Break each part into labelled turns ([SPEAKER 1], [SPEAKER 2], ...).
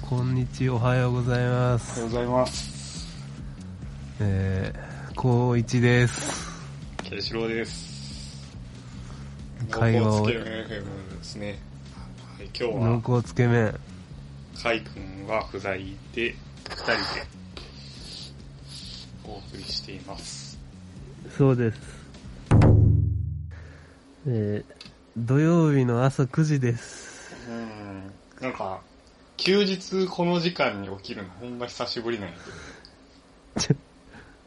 [SPEAKER 1] こんにちは、おはようございま
[SPEAKER 2] おはよ
[SPEAKER 1] す。
[SPEAKER 2] うございます。
[SPEAKER 1] えー、高一です。
[SPEAKER 2] ケイシロウです。
[SPEAKER 1] 会話を
[SPEAKER 2] 濃厚、つけ麺 FM ですね。はい、今日
[SPEAKER 1] 濃
[SPEAKER 2] は、
[SPEAKER 1] 厚つけ麺。
[SPEAKER 2] カイ君は不在で、二人でお送りしています。
[SPEAKER 1] そうです。えー、土曜日の朝9時です。
[SPEAKER 2] うん。なんか、休日この時間に起きるのほんま久しぶりなんや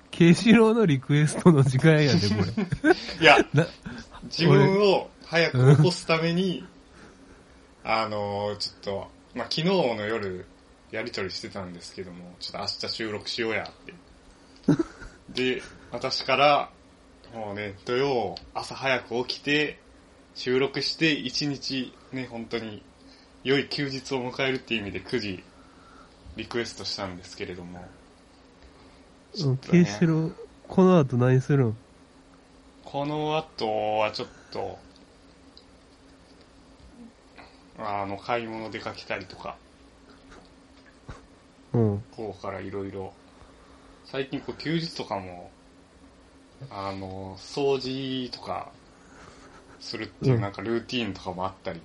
[SPEAKER 1] ケシロウのリクエストの時間やで、 これ。
[SPEAKER 2] けど。いや、
[SPEAKER 1] な、
[SPEAKER 2] 自分を早く起こすために、あのーちょっと、まあ、昨日の夜、やりとりしてたんですけども、ちょっと明日収録しようやって。で、私から、もうね、土曜、朝早く起きて、収録して、一日、ね、本当に、良い休日を迎えるっていう意味で9時、リクエストしたんですけれども、
[SPEAKER 1] ケシロウ、この後何するん
[SPEAKER 2] この後はちょっと、あの、買い物出かけたりとか、
[SPEAKER 1] うん。
[SPEAKER 2] こうからいろいろ、最近こう休日とかも、あの、掃除とか、するっていううんなんかルーティーンとかもあったり、っ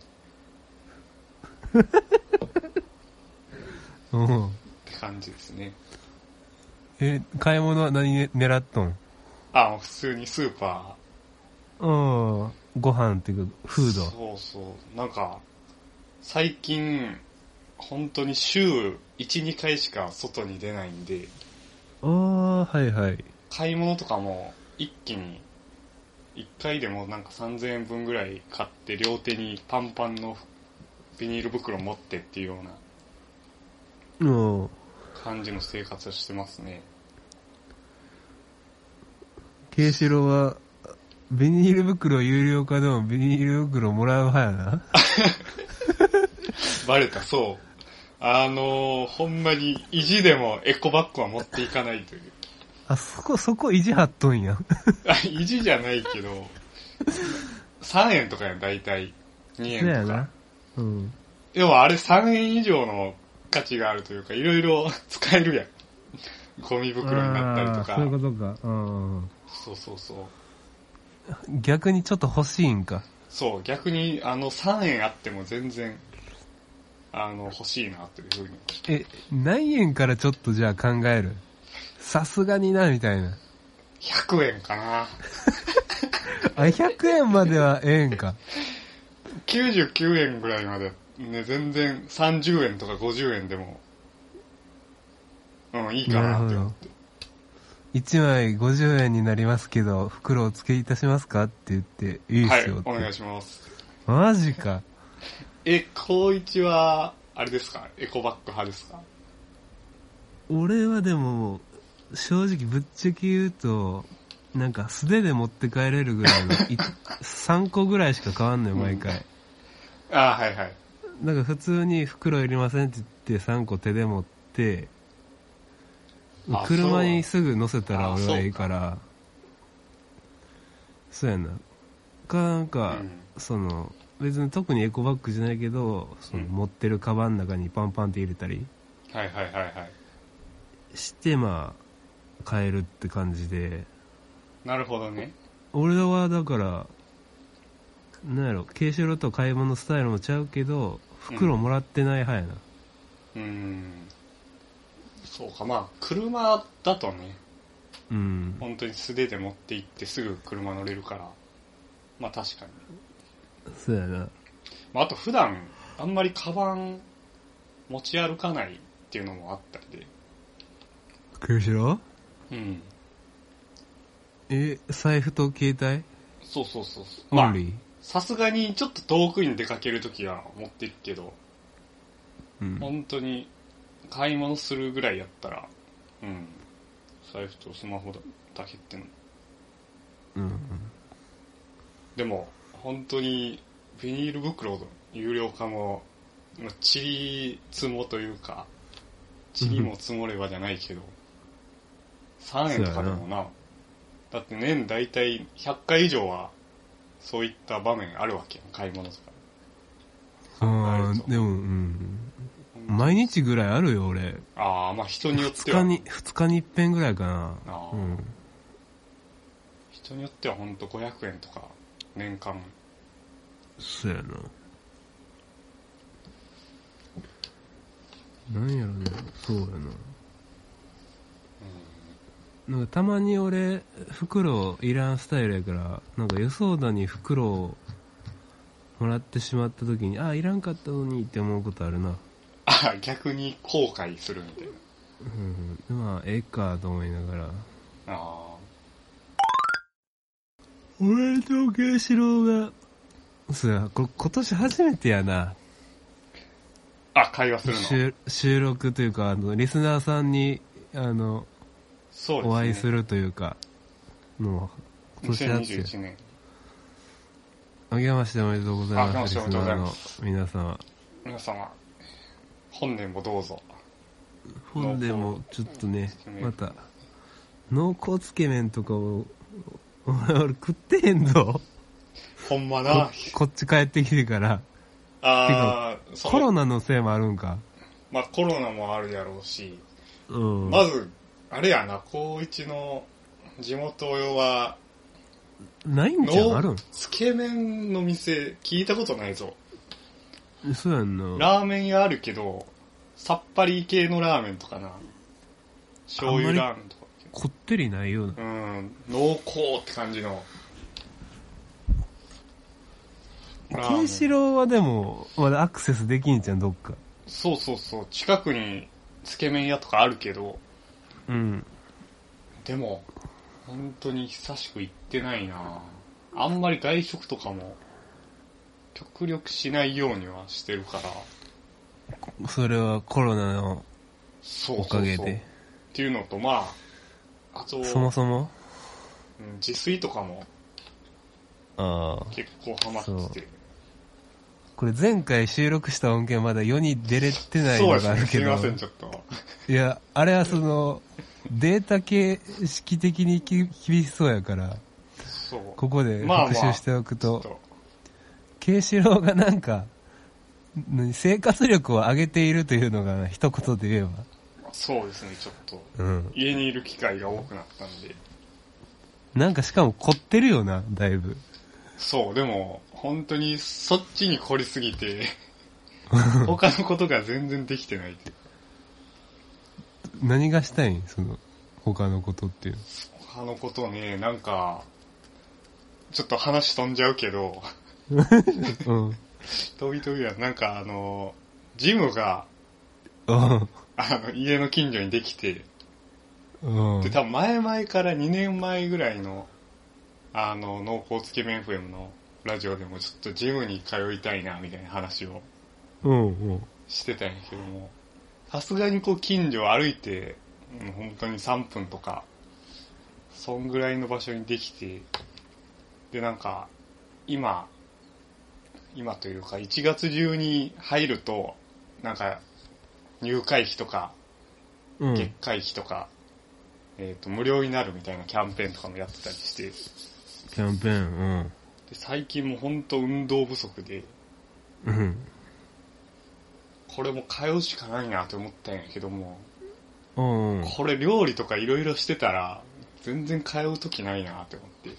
[SPEAKER 1] うん。
[SPEAKER 2] て感じですね。
[SPEAKER 1] え、買い物は何ね狙っとん
[SPEAKER 2] あ、普通にスーパ
[SPEAKER 1] うん。ご飯っていうか、フ
[SPEAKER 2] ー。
[SPEAKER 1] ード。
[SPEAKER 2] そうそう。なんか、最近、本当に週1、2回しか外に出ないんで、
[SPEAKER 1] あー、はいはい。
[SPEAKER 2] 買い物とかも一気に1回でもなんか3000円分ぐらい買って両手にパンパンのビニール袋持ってっていうような
[SPEAKER 1] うん。
[SPEAKER 2] 感じの生活をしてますね
[SPEAKER 1] ケイシロウは、ビニール袋有料化でもビニール袋もらう派や な。
[SPEAKER 2] バレたそうあのー、ほんまに意地でもエコバッグは持っていかないという
[SPEAKER 1] あ、そこ、そこ意地張っとんや。
[SPEAKER 2] あ意地じゃないけど3円とかやん大体2
[SPEAKER 1] そう
[SPEAKER 2] 円
[SPEAKER 1] や
[SPEAKER 2] とか
[SPEAKER 1] な。うん。
[SPEAKER 2] でもあれ3円以上の価値があるというかいろいろ使えるやんゴミ袋になったりとか
[SPEAKER 1] あーそういうことか。うん。
[SPEAKER 2] そうそうそう。
[SPEAKER 1] 逆にちょっと欲しいんか。
[SPEAKER 2] そう、逆に、あの、3円あっても全然、あの、欲しいな、というふうに。
[SPEAKER 1] え、何円からちょっとじゃあ考えるさすがにな、みたいな。
[SPEAKER 2] 100円かな。
[SPEAKER 1] あ、100円まではええんか。
[SPEAKER 2] 99円ぐらいまで、ね、全然30円とか50円でも、うん、いいかな、って思って。
[SPEAKER 1] 1枚50円になりますけど、袋お付けいたしますかって言って、いいっ
[SPEAKER 2] は
[SPEAKER 1] す
[SPEAKER 2] い、
[SPEAKER 1] よ
[SPEAKER 2] お
[SPEAKER 1] って。
[SPEAKER 2] 願いします。
[SPEAKER 1] マジか。
[SPEAKER 2] え、高一は、あれですかエコバッグ派ですか
[SPEAKER 1] 俺はでも、正直ぶっちゃけ言うと、なんか素手で持って帰れるぐらいの、3個ぐらいしか買わんのよ、毎回。
[SPEAKER 2] あはいはい。
[SPEAKER 1] なんか普通に袋いりませんって言って3個手で持って
[SPEAKER 2] あ、
[SPEAKER 1] 車にすぐ乗せたら
[SPEAKER 2] そう
[SPEAKER 1] 俺はいいから、そうやな。か、なんか、
[SPEAKER 2] うん
[SPEAKER 1] その、別に特にエコバッグじゃないけど、その
[SPEAKER 2] うん
[SPEAKER 1] 持ってるカバンの中にパンパンって入れたり
[SPEAKER 2] はいはいはいはい。
[SPEAKER 1] して、まあ、買えるって感じで、
[SPEAKER 2] なるほどね。
[SPEAKER 1] 俺らはだからなんやろ軽ロと買い物スタイルもちゃうけど袋もらってない派やな、
[SPEAKER 2] うん。そうか、まあ、車だとね、
[SPEAKER 1] うん
[SPEAKER 2] 本当に素手で持って行ってすぐ車乗れるから、まあ確かに。
[SPEAKER 1] そうやな
[SPEAKER 2] まああと普段、あんまりカバン持ち歩かないっていうのもあったりで。
[SPEAKER 1] 軽ロ
[SPEAKER 2] うん。
[SPEAKER 1] え財布と携帯
[SPEAKER 2] そうそうそうそう。
[SPEAKER 1] オ
[SPEAKER 2] まあ
[SPEAKER 1] ン、リー、
[SPEAKER 2] さすがにちょっと遠くに出かけるときは持っていくけど、
[SPEAKER 1] うん、
[SPEAKER 2] 本当に買い物するぐらいやったら、うん。財布とスマホだけっていうの。
[SPEAKER 1] うんうん、
[SPEAKER 2] でも、本当にビニール袋の有料化も、まあちりつもというか、ちりも積もればじゃないけど、3円とかでもな、だって年大体100回以上は、そういった場面あるわけやん、買い物とか。
[SPEAKER 1] あ
[SPEAKER 2] える
[SPEAKER 1] あ
[SPEAKER 2] と
[SPEAKER 1] でもうん毎日ぐらいあるよ、俺。
[SPEAKER 2] ああ、まあ人によっ
[SPEAKER 1] 二
[SPEAKER 2] て
[SPEAKER 1] 日
[SPEAKER 2] は。
[SPEAKER 1] に、二日に一遍ぐらいかな
[SPEAKER 2] あ。
[SPEAKER 1] う
[SPEAKER 2] ー
[SPEAKER 1] ん。
[SPEAKER 2] 人によってはほんと500円とか、年間。
[SPEAKER 1] そうやな。なんやろね。そうやな。なんかたまに俺、袋いらんスタイルやから、なんか予想だに袋をもらってしまった時に、ああ、いらんかったのにって思うことあるな。
[SPEAKER 2] ああ、逆に後悔するみたいな。
[SPEAKER 1] うん。まあ、ええかと思いながら。
[SPEAKER 2] あ
[SPEAKER 1] 俺と慶志郎が、そうや、これ今年初めてやな。
[SPEAKER 2] あ。あ、会話するの。
[SPEAKER 1] 収収録というか、あの、リスナーさんに、あの、
[SPEAKER 2] そうですね。
[SPEAKER 1] お会いするというか、もう、今年だって、
[SPEAKER 2] 2021年。
[SPEAKER 1] あげましておめでとうござい
[SPEAKER 2] あ明け
[SPEAKER 1] ま。
[SPEAKER 2] ますして
[SPEAKER 1] リス
[SPEAKER 2] おめでとう
[SPEAKER 1] ナ
[SPEAKER 2] ご
[SPEAKER 1] ー
[SPEAKER 2] ざい
[SPEAKER 1] の
[SPEAKER 2] ま
[SPEAKER 1] 皆様。
[SPEAKER 2] 皆様、本年もどうぞ。
[SPEAKER 1] 本でも、ちょっとね
[SPEAKER 2] 濃厚つけ、麺
[SPEAKER 1] また、濃厚つけ麺とかを、俺、俺食ってへんぞ。
[SPEAKER 2] ほんま
[SPEAKER 1] こ
[SPEAKER 2] な。
[SPEAKER 1] こっち帰ってきてから。
[SPEAKER 2] ああ、
[SPEAKER 1] コ
[SPEAKER 2] そ
[SPEAKER 1] ロ
[SPEAKER 2] う。
[SPEAKER 1] ナのせいもあるんか。
[SPEAKER 2] まあコロナもあるやろうし、
[SPEAKER 1] うん。
[SPEAKER 2] まず、あれやな、高一の地元は、
[SPEAKER 1] ないん
[SPEAKER 2] の
[SPEAKER 1] ちゃうある
[SPEAKER 2] つけ麺の店聞いたことないぞ。
[SPEAKER 1] んそうやんな。
[SPEAKER 2] ラーメン屋あるけど、さっぱり系のラーメンとかな。醤油ラーメンとか。
[SPEAKER 1] こってりないような。
[SPEAKER 2] うん、濃厚って感じの。ラーメ
[SPEAKER 1] ケ
[SPEAKER 2] ン
[SPEAKER 1] ンシロウはでも、まだアクセスできんじゃん、どっか。
[SPEAKER 2] そうそうそう、近くにつけ麺屋とかあるけど、
[SPEAKER 1] うん。
[SPEAKER 2] でも、本当に久しく行ってないなあんまり外食とかも、極力しないようにはしてるから、
[SPEAKER 1] それはコロナの
[SPEAKER 2] そう
[SPEAKER 1] お
[SPEAKER 2] そうそう。
[SPEAKER 1] かげ
[SPEAKER 2] っ
[SPEAKER 1] で。
[SPEAKER 2] ていうのと、まあ、あと、
[SPEAKER 1] そもそも
[SPEAKER 2] うん自炊とかも
[SPEAKER 1] ああ。
[SPEAKER 2] 結構ハマってて。
[SPEAKER 1] これ前回収録した音源まだ世に出れてない
[SPEAKER 2] そう
[SPEAKER 1] の
[SPEAKER 2] です
[SPEAKER 1] があ
[SPEAKER 2] ね、
[SPEAKER 1] る
[SPEAKER 2] す
[SPEAKER 1] け
[SPEAKER 2] み
[SPEAKER 1] ど
[SPEAKER 2] ま。せん、ちょっと。
[SPEAKER 1] いや、あれはその、データ形式的にき厳しそうやから、
[SPEAKER 2] そう。
[SPEAKER 1] ここで
[SPEAKER 2] まあまあ
[SPEAKER 1] 復習しておく
[SPEAKER 2] ちょっ
[SPEAKER 1] と、
[SPEAKER 2] と、
[SPEAKER 1] ケンシロウがなんか、何生活力を上げているというのが一言で言え
[SPEAKER 2] そうですね、ちょっと。
[SPEAKER 1] ば。うん。
[SPEAKER 2] 家にいる機会が多くなったんで。
[SPEAKER 1] なんかしかも凝ってるよな、だいぶ。
[SPEAKER 2] そう、でも、本当にそっちに凝りすぎて、他のことが全然できてないっていうか
[SPEAKER 1] 何がしたいんその、他のことっていう。
[SPEAKER 2] 他のことね、なんか、ちょっと話飛んじゃうけど、
[SPEAKER 1] うん。
[SPEAKER 2] 飛び飛びは、なんかあの、ジムが、
[SPEAKER 1] うん。
[SPEAKER 2] あの、家の近所にできて、
[SPEAKER 1] うん。
[SPEAKER 2] で、多分前々から2年前ぐらいの、あの、濃厚つけ麺 FM のラジオでもちょっとジムに通いたいな、みたいな話を
[SPEAKER 1] うんうん。
[SPEAKER 2] してたんやけども、さすがにこう近所を歩いて、うん本当に3分とか、そんぐらいの場所にできて、でなんか、今、今というか1月中に入ると、なんか、入会費とか、
[SPEAKER 1] うん。
[SPEAKER 2] 月会費とか、えっ、と、無料になるみたいなキャンペーンとかもやってたりして、で
[SPEAKER 1] キャンペーン、
[SPEAKER 2] 最近も本当運動不足で、
[SPEAKER 1] うん。うん。
[SPEAKER 2] これも通うしかないなと思ったんやけども、
[SPEAKER 1] うんうん。
[SPEAKER 2] これ料理とかいろいろしてたら、全然通うときないなって思って。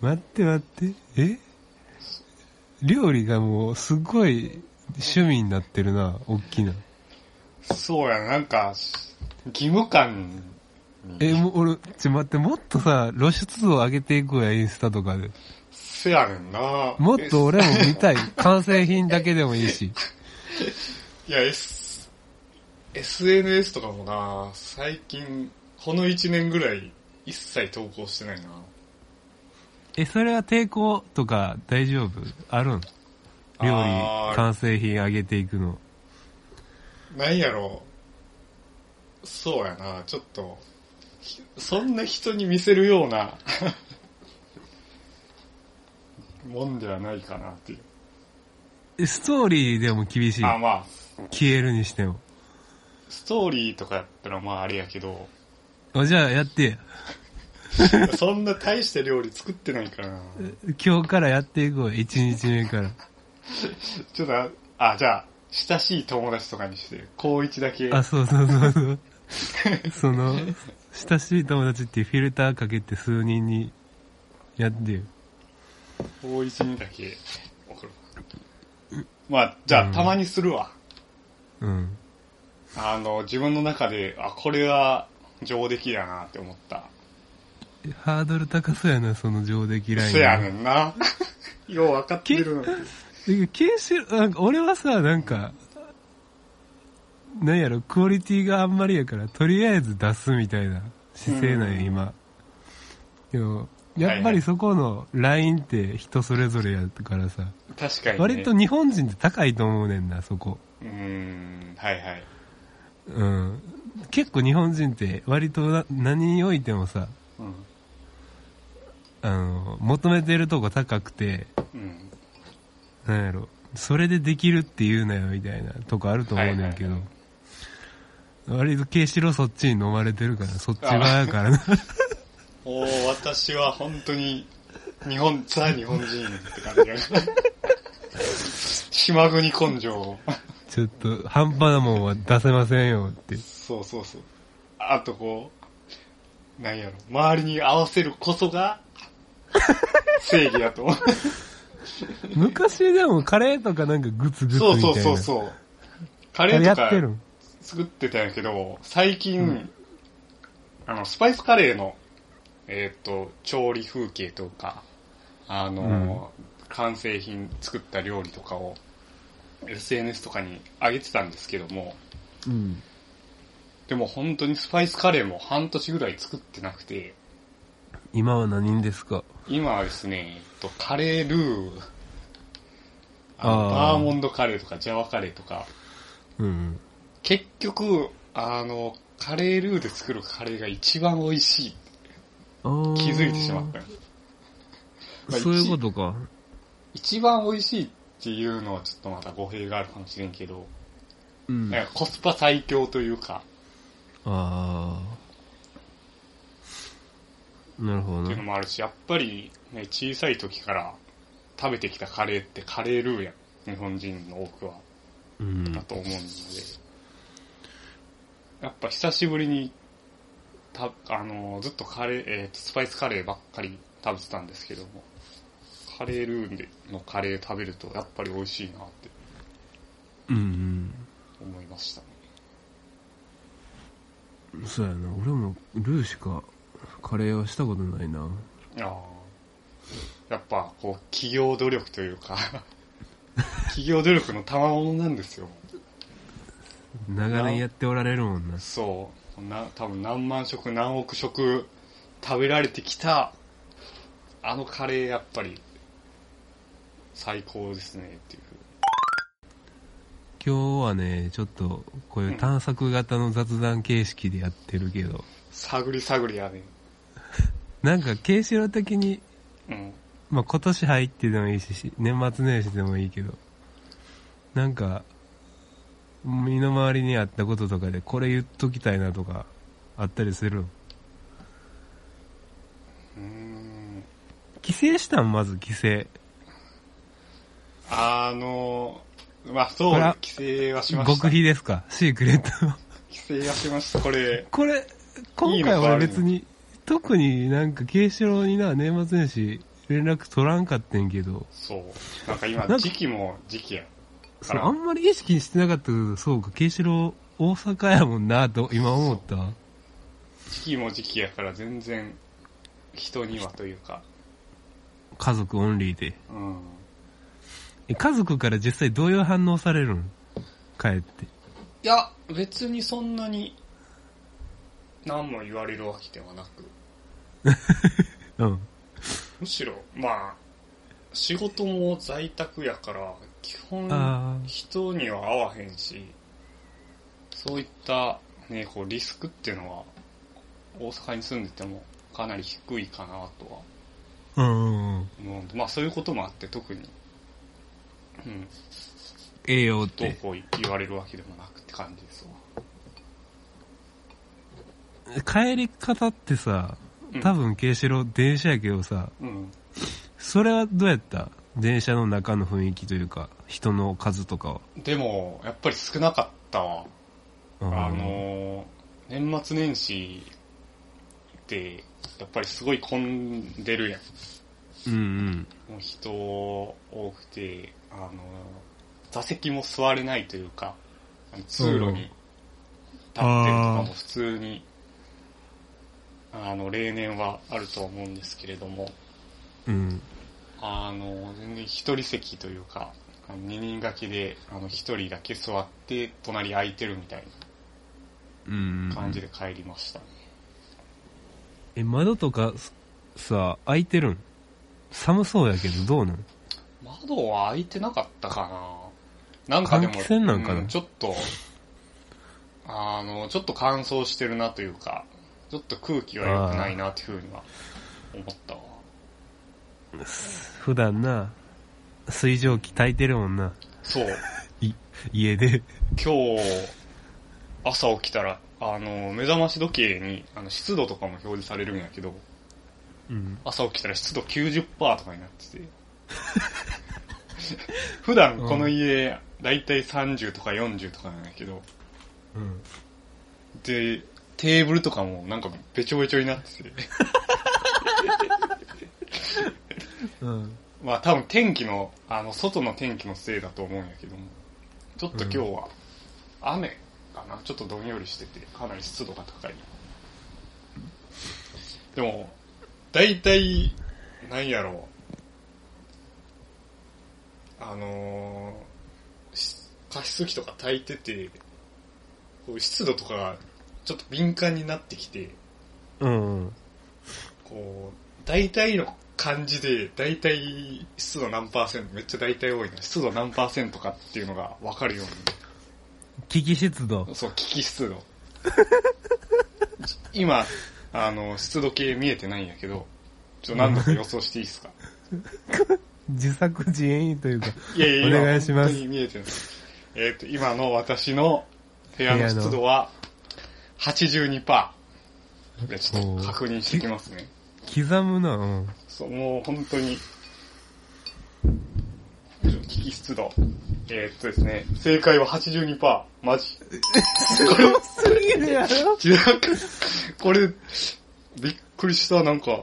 [SPEAKER 1] 待って待って。え料理がもうすごい趣味になってるな、大きな。
[SPEAKER 2] そうや、なんか、義務感に。
[SPEAKER 1] え、もう俺、ちょ待って、もっとさ、露出度を上げていこうや、インスタとかで。
[SPEAKER 2] せやねんな
[SPEAKER 1] もっと俺
[SPEAKER 2] え
[SPEAKER 1] も見 たい。完成品だけでもいいし。
[SPEAKER 2] いや、S、SNS とかもな最近、この1年ぐらい、一切投稿してないな
[SPEAKER 1] え、それは抵抗とか大丈夫あるん料
[SPEAKER 2] あ
[SPEAKER 1] 理、
[SPEAKER 2] ー
[SPEAKER 1] 完成品上げていくの。
[SPEAKER 2] なんやろう。そうやなちょっと、ひそんな人に見せるよ うな、もんではないかなっていう。
[SPEAKER 1] えストーリーでも厳しい。
[SPEAKER 2] あ、まあ、
[SPEAKER 1] 消えるにしても。
[SPEAKER 2] ストーリーとかやったらまああれやけど、
[SPEAKER 1] あじゃあやってや。
[SPEAKER 2] そんな大して料理作ってないからな。
[SPEAKER 1] 今日からやっていこう。一日目から。
[SPEAKER 2] ちょっと、あ、じゃあ、親しい友達とかにして、高一だけ、
[SPEAKER 1] あ、そうそうそうそう。その、親しい友達っていうフィルターかけて数人にやってよ。
[SPEAKER 2] 高一にだけ送る。まあ、じゃあ、たまにするわ。
[SPEAKER 1] うん。
[SPEAKER 2] あの、自分の中で、あ、これは上出来やなって思った。
[SPEAKER 1] ハードル高そうやな、その上出来ライン。
[SPEAKER 2] そやねんな。よう分かってるのに。
[SPEAKER 1] ね。研修、なんか俺はさ、なんか、なんやろ、クオリティがあんまりやから、とりあえず出すみたいな姿勢なんよ、
[SPEAKER 2] うん
[SPEAKER 1] 今。でも、やっぱりそこのラインって人それぞれやからさ、
[SPEAKER 2] 確かに、ね。
[SPEAKER 1] 割と
[SPEAKER 2] う
[SPEAKER 1] 日本人って高いと思うねんな、そこ。
[SPEAKER 2] ーん、はいはい。
[SPEAKER 1] うん。結構日本人って割とな何においてもさ、
[SPEAKER 2] うん。
[SPEAKER 1] あの、求めてるとこ高くて、
[SPEAKER 2] うん。
[SPEAKER 1] なんやろ、それでできるって言うなよみたいなとこあると思うねんけど、
[SPEAKER 2] はい
[SPEAKER 1] 割とケイシロそっちに飲まれてるから、そっち側や からな。
[SPEAKER 2] おー私は本当に、日本、ザ日本人って感じが。島国根性を。
[SPEAKER 1] ちょっと半端なもんは出せませんよって。
[SPEAKER 2] そうそうそう。あとこう、なんやろ、周りに合わせるこそが、正義 だと思う。
[SPEAKER 1] 昔でもカレーとかなんかグツグツみた
[SPEAKER 2] そ
[SPEAKER 1] いうな。
[SPEAKER 2] そうそうそう。カ
[SPEAKER 1] あ
[SPEAKER 2] レ
[SPEAKER 1] れ
[SPEAKER 2] ー
[SPEAKER 1] や
[SPEAKER 2] と
[SPEAKER 1] っ
[SPEAKER 2] か
[SPEAKER 1] てるん
[SPEAKER 2] 作ってたんやけど、最近、あの、スパイスカレーの、えっ、と、調理風景とか、あの、完成品作った料理とかを、SNS とかに上げてたんですけども、
[SPEAKER 1] うん。
[SPEAKER 2] でも本当にスパイスカレーも半年ぐらい作ってなくて、
[SPEAKER 1] 今は何人ですか
[SPEAKER 2] 今はですね、えっと、カレールー、あの
[SPEAKER 1] あー
[SPEAKER 2] バーモンドカレーとかジャワカレーとか、
[SPEAKER 1] うん。
[SPEAKER 2] 結局、あの、カレールーで作るカレーが一番美味しいって
[SPEAKER 1] あー
[SPEAKER 2] 気づいてしまった。まあ
[SPEAKER 1] そういうことか。
[SPEAKER 2] 一番美味しいっていうのはちょっとまた語弊があるかもしれんけど、
[SPEAKER 1] うん。
[SPEAKER 2] なんかコスパ最強というか、
[SPEAKER 1] ああ。なるほど
[SPEAKER 2] っていう
[SPEAKER 1] な。
[SPEAKER 2] のもあるし、やっぱりね、小さい時から食べてきたカレーってカレールーやん。日本人の多くは。
[SPEAKER 1] うん
[SPEAKER 2] だ。と思うので、やっぱ久しぶりに、た、あの、ずっとカレー、えースパイスカレーばっかり食べてたんですけども、カレールーでのカレー食べると、やっぱり美味しいなって
[SPEAKER 1] うん、
[SPEAKER 2] 思いましたね。
[SPEAKER 1] うん。そうやな。俺もルーしかカレーはしたことないな。
[SPEAKER 2] ああ。やっぱ、こう、企業努力というか、企業努力の賜物なんですよ。
[SPEAKER 1] 長年やっておられるもんな。
[SPEAKER 2] そう。な、多分何万食、何億食食べられてきた、あのカレーやっぱり、最高ですね、っていう。
[SPEAKER 1] 今日はね、ちょっとこういう探索型の雑談形式でやってるけど、
[SPEAKER 2] 探り探りやね。
[SPEAKER 1] なんか、ケイシロ的に、
[SPEAKER 2] うん。
[SPEAKER 1] まあ、今年入ってでもいいし、年末年始でもいいけど、なんか、身の回りにあったこととかで、これ言っときたいなとか、あったりするの
[SPEAKER 2] うーん。
[SPEAKER 1] 帰省したんまず帰省。
[SPEAKER 2] あの、まあそう
[SPEAKER 1] これは、
[SPEAKER 2] 規制はしました。
[SPEAKER 1] 極
[SPEAKER 2] 規
[SPEAKER 1] 秘ですかシークレット。
[SPEAKER 2] 制はしました。これ、
[SPEAKER 1] これ、今回は別に、特になんか、慶志郎にな、年末年始、連絡取らんかってんけど、
[SPEAKER 2] そう。なんか今
[SPEAKER 1] なん、か
[SPEAKER 2] 時期も時期や。
[SPEAKER 1] そ
[SPEAKER 2] あ
[SPEAKER 1] れ
[SPEAKER 2] ら
[SPEAKER 1] あんまり意識してなかったけど、そうか、慶志郎、大阪やもんな、と今思ったわ。
[SPEAKER 2] 時期も時期やから全然、人にはというか、
[SPEAKER 1] 家族オンリーで。
[SPEAKER 2] うん。
[SPEAKER 1] え家族から実際どういう反応されるん帰って。
[SPEAKER 2] いや、別にそんなに、何も言われるわけではなく、
[SPEAKER 1] うん。
[SPEAKER 2] むしろ、まあ、仕事も在宅やから、基
[SPEAKER 1] あ
[SPEAKER 2] 本、
[SPEAKER 1] ー
[SPEAKER 2] 人には会わへんし、そういった、ね、こう、リスクっていうのは、大阪に住んでても、かなり低いかなと
[SPEAKER 1] う
[SPEAKER 2] は
[SPEAKER 1] んうんうん。
[SPEAKER 2] 思うんで、まあそういうこともあって、特に、うん、
[SPEAKER 1] ええよっ
[SPEAKER 2] どう
[SPEAKER 1] て。
[SPEAKER 2] こう言われるわけでもなくって感じですわ。
[SPEAKER 1] 帰り方ってさ
[SPEAKER 2] う、ん
[SPEAKER 1] 多分慶志郎電車やけどさ、
[SPEAKER 2] うん。
[SPEAKER 1] それはどうやった電車の中の雰囲気というか、人の数とかは。
[SPEAKER 2] でも、やっぱり少なかったわ。
[SPEAKER 1] あ
[SPEAKER 2] あのー、年末年始って、やっぱりすごい混んでるやん。
[SPEAKER 1] うんうん。
[SPEAKER 2] もう人多くて、あのー、座席も座れないというか、あの通路に立ってるとかも普通に、あの、例年はあるとは思うんですけれども、
[SPEAKER 1] うん。
[SPEAKER 2] あの、全然一人席というか、あの二人掛けで、あの、一人だけ座って、隣空いてるみたい
[SPEAKER 1] うん、
[SPEAKER 2] な感じで帰りましたね。
[SPEAKER 1] え、窓とかすさ、開いてるん寒そうやけど、どうなん
[SPEAKER 2] 窓は開いてなかったかななんかでも、
[SPEAKER 1] 換気扇なんかな
[SPEAKER 2] うんちょっと、あの、ちょっと乾燥してるなというか、ちょっと空気は良くないなっていうふうには思ったわ。
[SPEAKER 1] 普段な、水蒸気炊いてるもんな。
[SPEAKER 2] そう。
[SPEAKER 1] い、家で。
[SPEAKER 2] 今日、朝起きたら、あの、目覚まし時計に、あの、湿度とかも表示されるんやけど、
[SPEAKER 1] うん。
[SPEAKER 2] 朝起きたら湿度90%とかになって て。普段この家、だいたい30とか40とかなんだけど、
[SPEAKER 1] うん。
[SPEAKER 2] で、テーブルとかもなんかべちょべちょになってて。
[SPEAKER 1] うん。
[SPEAKER 2] まあ多分天気の、あの、外の天気のせいだと思うんやけども、ちょっと今日は雨かな、ちょっとどんよりしてて、かなり湿度が高い。でも、だいたい、なんやろう、あのーし加湿器とか炊いてて、こう湿度とかがちょっと敏感になってきて、
[SPEAKER 1] うん。
[SPEAKER 2] こう、大体の感じで、大体湿度何パーセント、めっちゃ大体多いな。湿度何パーセントかっていうのがわかるよう
[SPEAKER 1] 危機湿度。
[SPEAKER 2] に。そう、危機湿度。 今、あの、湿度計見えてないんやけど、ちょっと何度か予想していいですか
[SPEAKER 1] 自作自演というか。
[SPEAKER 2] いやいや、今
[SPEAKER 1] お願いします
[SPEAKER 2] 本当に見えてない。えっ、と、今の私の部屋の湿度は82%。じゃあちょっと確認してきますね。
[SPEAKER 1] 刻むな、うん。
[SPEAKER 2] そう、もう本当に、危機湿度。えーっとですね、正解は82%。マジ。
[SPEAKER 1] すぎるやろ
[SPEAKER 2] 違うこれ、びっくりした、なんか、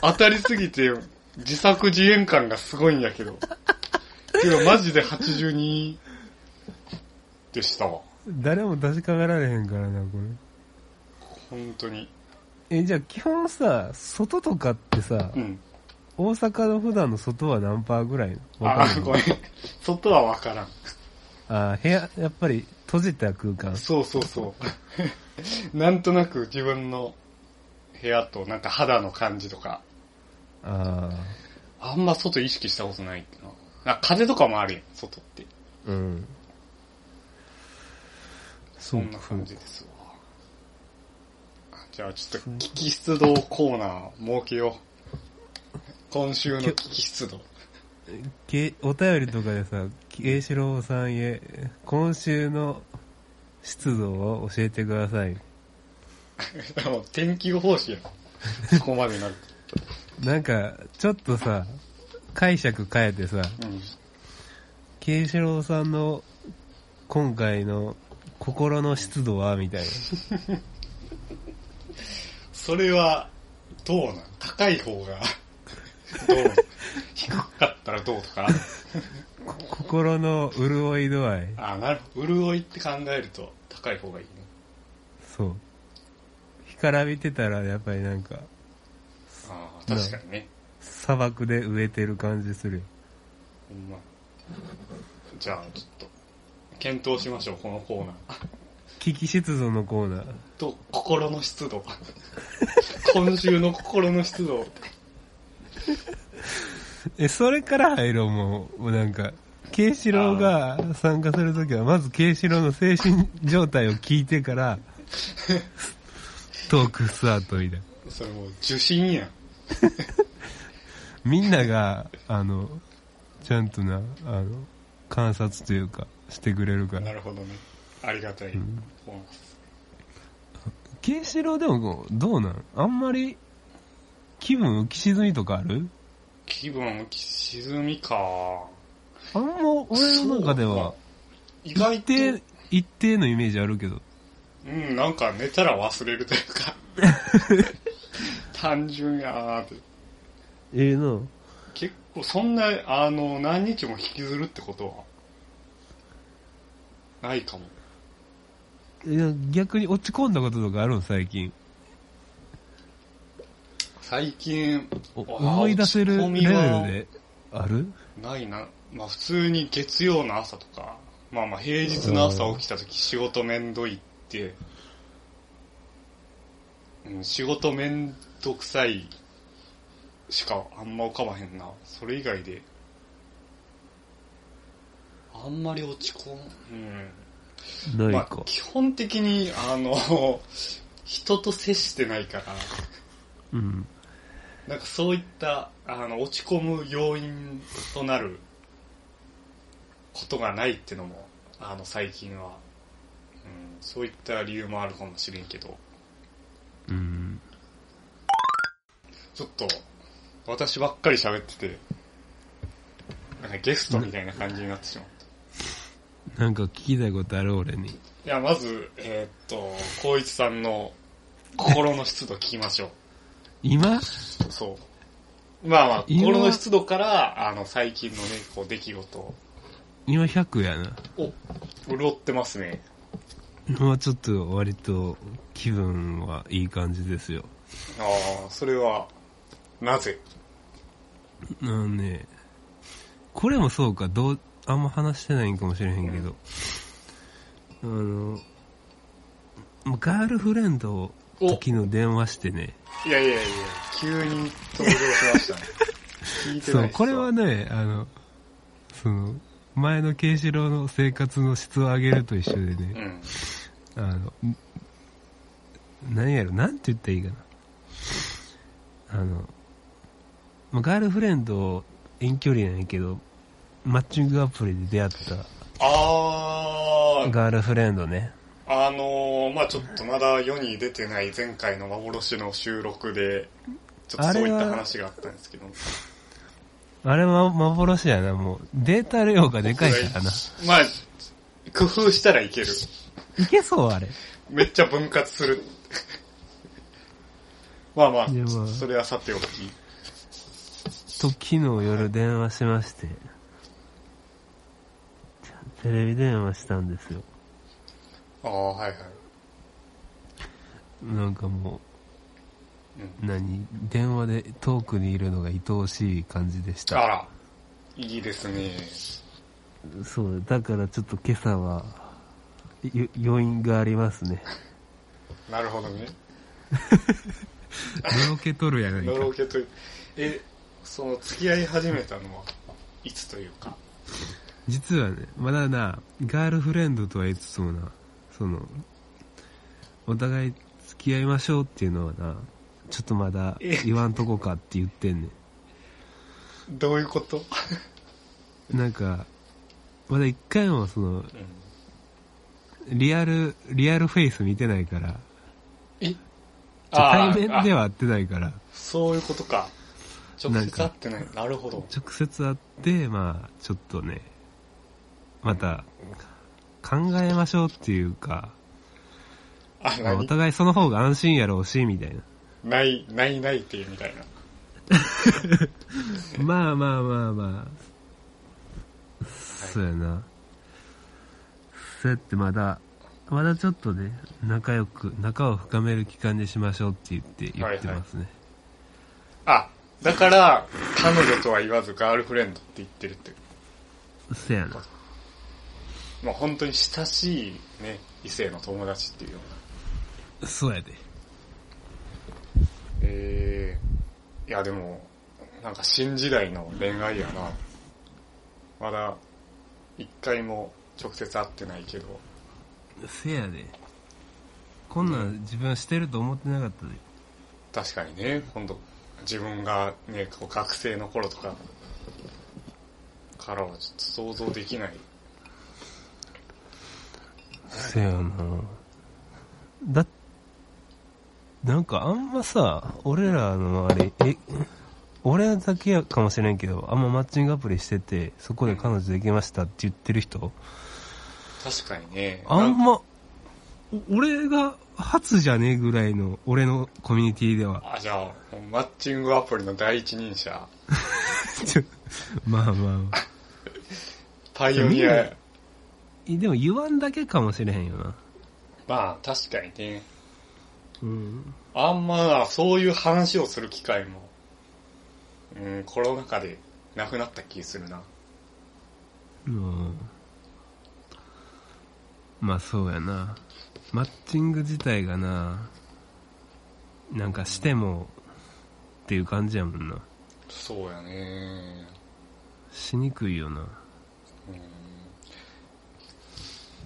[SPEAKER 2] 当たりすぎて、自作自演感がすごいんやけど。けど、マジで82でしたわ。
[SPEAKER 1] 誰も確かめられへんからな、こ
[SPEAKER 2] 本当に。
[SPEAKER 1] れ。え、じゃあ基本さ、外とかってさ、
[SPEAKER 2] うん。
[SPEAKER 1] 大阪の普段の外は何パーぐらいのわ
[SPEAKER 2] あ
[SPEAKER 1] かんな、い
[SPEAKER 2] ごめん。外はわからん。
[SPEAKER 1] あー部屋、やっぱり閉じた空間。
[SPEAKER 2] そうそうそう。 なんとなく自分の部屋となんか肌の感じとか、
[SPEAKER 1] あ
[SPEAKER 2] あんま外意識したことないってな。なんか風とかもあるやん、外って。
[SPEAKER 1] あ、うん。
[SPEAKER 2] そ
[SPEAKER 1] そうんか
[SPEAKER 2] な感じですわ。あじゃあちょっと、危機湿度コーナー設けよう。今週の危機湿度。
[SPEAKER 1] けお便りとかでさ、慶四郎さんへ、今週の湿度を教えてください。
[SPEAKER 2] もう天気予報士やん。そこまでになる
[SPEAKER 1] なんか、ちょっとさ、解釈変えてさ、
[SPEAKER 2] と。うん。
[SPEAKER 1] 慶四郎さんの今回の心の湿度はみたいな。
[SPEAKER 2] それは、どうなん高い方が、ど うなん低かったらどうとかある
[SPEAKER 1] こ心の潤い度合い。
[SPEAKER 2] あ、なるほど。潤いって考えると高い方がいいね。
[SPEAKER 1] そう。干からびてたら、やっぱりなんか、
[SPEAKER 2] ああ、確かにね。
[SPEAKER 1] 砂漠で植えてる感じするよ。
[SPEAKER 2] ほんま。じゃあ、ちょっと、検討しましょう、このコーナー。
[SPEAKER 1] 危機湿度のコーナー。
[SPEAKER 2] と、心の湿度。今週の心の湿度。
[SPEAKER 1] え、それから入ろう、もう。もうなんか、慶四郎が参加するときは、まず慶四郎の精神状態を聞いてから、トークスタートみたいな。
[SPEAKER 2] それもう受信やん。
[SPEAKER 1] みんなが、あの、ちゃんとな、あの、観察というか、してくれるから
[SPEAKER 2] な。るほどね。ありがたい。
[SPEAKER 1] ん
[SPEAKER 2] コーナーです
[SPEAKER 1] 慶四郎でも、どうなんあんまり、気分浮き沈みとかある
[SPEAKER 2] 気分浮き沈みか。
[SPEAKER 1] あんま俺の中では、
[SPEAKER 2] 意
[SPEAKER 1] 一
[SPEAKER 2] 外と、
[SPEAKER 1] 定、一定のイメージあるけど。
[SPEAKER 2] うん、なんか寝たら忘れるというか。単純やなって。
[SPEAKER 1] ええな。
[SPEAKER 2] 結構そんな、あの、何日も引きずるってことは、ないかも。
[SPEAKER 1] いや、逆に落ち込んだこととかあるの最近。
[SPEAKER 2] 最近、
[SPEAKER 1] お
[SPEAKER 2] わあ
[SPEAKER 1] 思い出せる
[SPEAKER 2] 落
[SPEAKER 1] レ
[SPEAKER 2] ち
[SPEAKER 1] ベ
[SPEAKER 2] 込み
[SPEAKER 1] ル
[SPEAKER 2] は
[SPEAKER 1] である
[SPEAKER 2] ないな。まあ普通に月曜の朝とか、まあまあ平日の朝起きた時仕事めんどいって、うん、仕事めんどくさいしかあんま浮かばへんな。それ以外で、あんまり落ち込む。うん。
[SPEAKER 1] ない
[SPEAKER 2] ま
[SPEAKER 1] か。
[SPEAKER 2] あ、基本的に、あの、 人と接してないから、
[SPEAKER 1] うん。
[SPEAKER 2] なんかそういった、あの、落ち込む要因となることがないってのも、あの、最近は、うん、そういった理由もあるかもしれんけど、
[SPEAKER 1] うん。
[SPEAKER 2] ちょっと、私ばっかり喋ってて、なんかゲストみたいな感じになってしまった。
[SPEAKER 1] なんか聞きたいことある俺に。
[SPEAKER 2] いや、まず、えーっと、光一さんの心の湿度聞きましょう。
[SPEAKER 1] 今
[SPEAKER 2] そう。まあまあ、
[SPEAKER 1] 今
[SPEAKER 2] 心の湿度から、あの、最近のね、こう、出来事を、
[SPEAKER 1] 今100やな。
[SPEAKER 2] お、潤ってますね。
[SPEAKER 1] まあちょっと割と気分はいい感じですよ。
[SPEAKER 2] ああ、それは、なぜ
[SPEAKER 1] あのね、これもそうか、どう、あんま話してないんかもしれへんけど、あの、まあガールフレンドと昨日電話してね、
[SPEAKER 2] いやいやいや、急に登場しました ね。聞いて
[SPEAKER 1] そ、
[SPEAKER 2] ないうっす
[SPEAKER 1] こ
[SPEAKER 2] わ
[SPEAKER 1] れはね、あの、その、前のケンシロウの生活の質を上げると一緒で
[SPEAKER 2] う
[SPEAKER 1] ね、
[SPEAKER 2] ん。
[SPEAKER 1] あの、ん何やろ、なんて言ったらいいかな。あの、まあ、ガールフレンド遠距離なんやけど、マッチングアプリで出会った
[SPEAKER 2] あー、
[SPEAKER 1] ガールフレンドね。
[SPEAKER 2] あのー、まあちょっとまだ世に出てない前回の幻の収録で、ちょっとそういっ
[SPEAKER 1] あれ
[SPEAKER 2] た
[SPEAKER 1] は
[SPEAKER 2] 話があったんですけど。
[SPEAKER 1] あれは幻やな、もう。データ量がでかいからな。
[SPEAKER 2] まあ工夫したらいける。
[SPEAKER 1] いけそう、あれ。
[SPEAKER 2] めっちゃ分割する。 まあまあ、
[SPEAKER 1] いやまあ
[SPEAKER 2] それはさておき。
[SPEAKER 1] と、昨日夜電話しまして。テレビ電話したんですよ。
[SPEAKER 2] ああ、はいはい。
[SPEAKER 1] なんかも
[SPEAKER 2] うん
[SPEAKER 1] う、何電話で遠くにいるのが愛おしい感じでした。
[SPEAKER 2] あら、いいですね。
[SPEAKER 1] そう、だからちょっと今朝は、よ余韻がありますね。
[SPEAKER 2] なるほどね。
[SPEAKER 1] のろけとるやないか
[SPEAKER 2] の。ろけという。え、その付き合い始めたのは、いつというか。
[SPEAKER 1] 実はね、まだな、ガールフレンドとは言いつつもな、その、お互い付き合いましょうっていうのはな、ちょっとまだ
[SPEAKER 2] え
[SPEAKER 1] 言わんとこかって言ってんね
[SPEAKER 2] どういうこと
[SPEAKER 1] ん。なんか、まだ一回もその、リアル、リアルフェイス見てないから、
[SPEAKER 2] えあー
[SPEAKER 1] 対面では会ってないから、
[SPEAKER 2] あそういうことか。直
[SPEAKER 1] なん
[SPEAKER 2] 接
[SPEAKER 1] か
[SPEAKER 2] 会ってない。なるほど。
[SPEAKER 1] 直接会って、まあ、ちょっとね、また、考えましょうっていうか、
[SPEAKER 2] あ、
[SPEAKER 1] まあお
[SPEAKER 2] 何
[SPEAKER 1] 互いその方が安心やろうし、みたいな。
[SPEAKER 2] ない、ないないっていうみたいな。
[SPEAKER 1] まあまあまあまあ。そうやな。そうやってまだ、まだちょっとね、仲良く、仲を深める期間にしましょうって言って、言ってますね。
[SPEAKER 2] あ、だから、彼女とは言わずガールフレンドって言ってるって。
[SPEAKER 1] そやな。
[SPEAKER 2] まあ本当に親しいね、異性の友達っていうような。
[SPEAKER 1] そうやで。
[SPEAKER 2] ええいやでも、なんか新時代の恋愛やな。まだ、一回も直接会ってないけど、
[SPEAKER 1] せやで。こんなん自分はしてると思ってなかったで。
[SPEAKER 2] 確かにね、今度、自分がね、こう学生の頃とか、からはちょっと想像できない。
[SPEAKER 1] せやな。だ、なんかあんまさ、俺らのあれ、え、俺だけやかもしれんけど、あんまマッチングアプリしてて、そこで彼女できましたって言ってる人、
[SPEAKER 2] 確かにね。
[SPEAKER 1] あん
[SPEAKER 2] な
[SPEAKER 1] ま、お俺が初じゃねえぐらいの、俺のコミュニティで は。
[SPEAKER 2] あ、じゃあ、マッチングアプリの第一人者、
[SPEAKER 1] ちょまあまあまあ。
[SPEAKER 2] パイオニア。
[SPEAKER 1] でも言わんだけかもしれへんよな。
[SPEAKER 2] まあ、確かにね。
[SPEAKER 1] うん。
[SPEAKER 2] あんま、そういう話をする機会も、うん、コロナ禍でなくなった気するな。
[SPEAKER 1] うんまあそうやな。マッチング自体がな、なんかしてもっていう感じやもんな。
[SPEAKER 2] そうやね。
[SPEAKER 1] しにくいよな。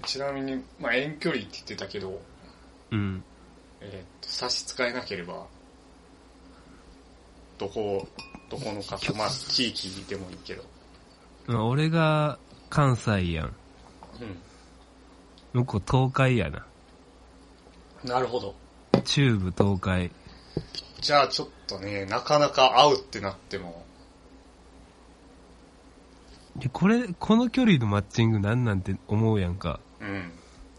[SPEAKER 2] ちなみに、まあ、遠距離って言ってたけど、
[SPEAKER 1] うん。
[SPEAKER 2] えーっと、差し支えなければ、どこ、どこの方、まあ、地域でもいいけど。
[SPEAKER 1] まあ俺が関西やん。
[SPEAKER 2] う
[SPEAKER 1] 向こう東海やな。
[SPEAKER 2] ん。なるほど。
[SPEAKER 1] 中部東海。
[SPEAKER 2] じゃあちょっとね、なかなか会うってなっても、
[SPEAKER 1] でこれ、この距離のマッチングなんなんて思うやんか。
[SPEAKER 2] うん。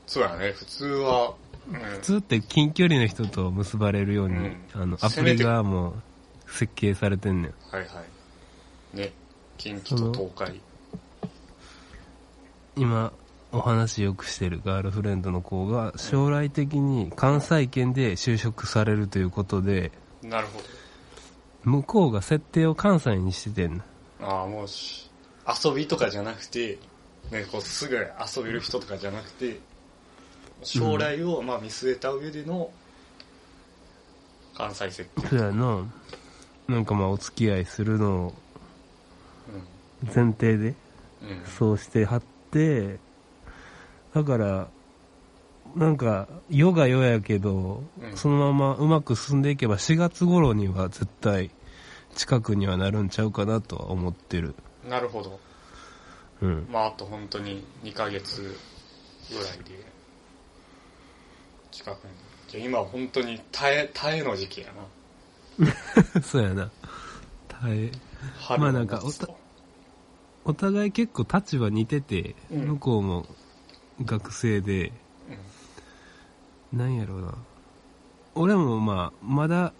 [SPEAKER 2] そうやね、普通は、うん。
[SPEAKER 1] 普通って近距離の人と結ばれるように、
[SPEAKER 2] うん
[SPEAKER 1] あの、ア
[SPEAKER 2] せ
[SPEAKER 1] プ
[SPEAKER 2] め
[SPEAKER 1] リ
[SPEAKER 2] て
[SPEAKER 1] がもう設計されてんねん。
[SPEAKER 2] はいはい。ね、近畿と東海。
[SPEAKER 1] 今お話よくしてるガールフレンドの子が将来的に関西圏で就職されるということで
[SPEAKER 2] なるほ
[SPEAKER 1] 向こうが設定を関西にしててんな
[SPEAKER 2] ど。ああ、もうし、遊びとかじゃなくて、ね、こう、すぐ遊べる人とかじゃなくて、将来を、まあ、見据えた上での、関西設定。
[SPEAKER 1] そやななんかまあお付き合いするのを前提で
[SPEAKER 2] うん。うん。
[SPEAKER 1] そうしてはってだからなんか世が世やけど、
[SPEAKER 2] うん
[SPEAKER 1] そのままうまく進んでいけば4月頃には絶対近くにはなるんちゃうかなとは思ってる
[SPEAKER 2] なるほど。
[SPEAKER 1] うん
[SPEAKER 2] まあ、あと本当に2ヶ月ぐらいで、近くに。じゃあ今は本当に耐え、耐えの時期や な。
[SPEAKER 1] そうやな。耐え。
[SPEAKER 2] 春
[SPEAKER 1] まあなんか
[SPEAKER 2] 夏と
[SPEAKER 1] お互い結構立場似てて、
[SPEAKER 2] うん
[SPEAKER 1] 向こうも学生で、なんやろうな。俺もまあ、まだ、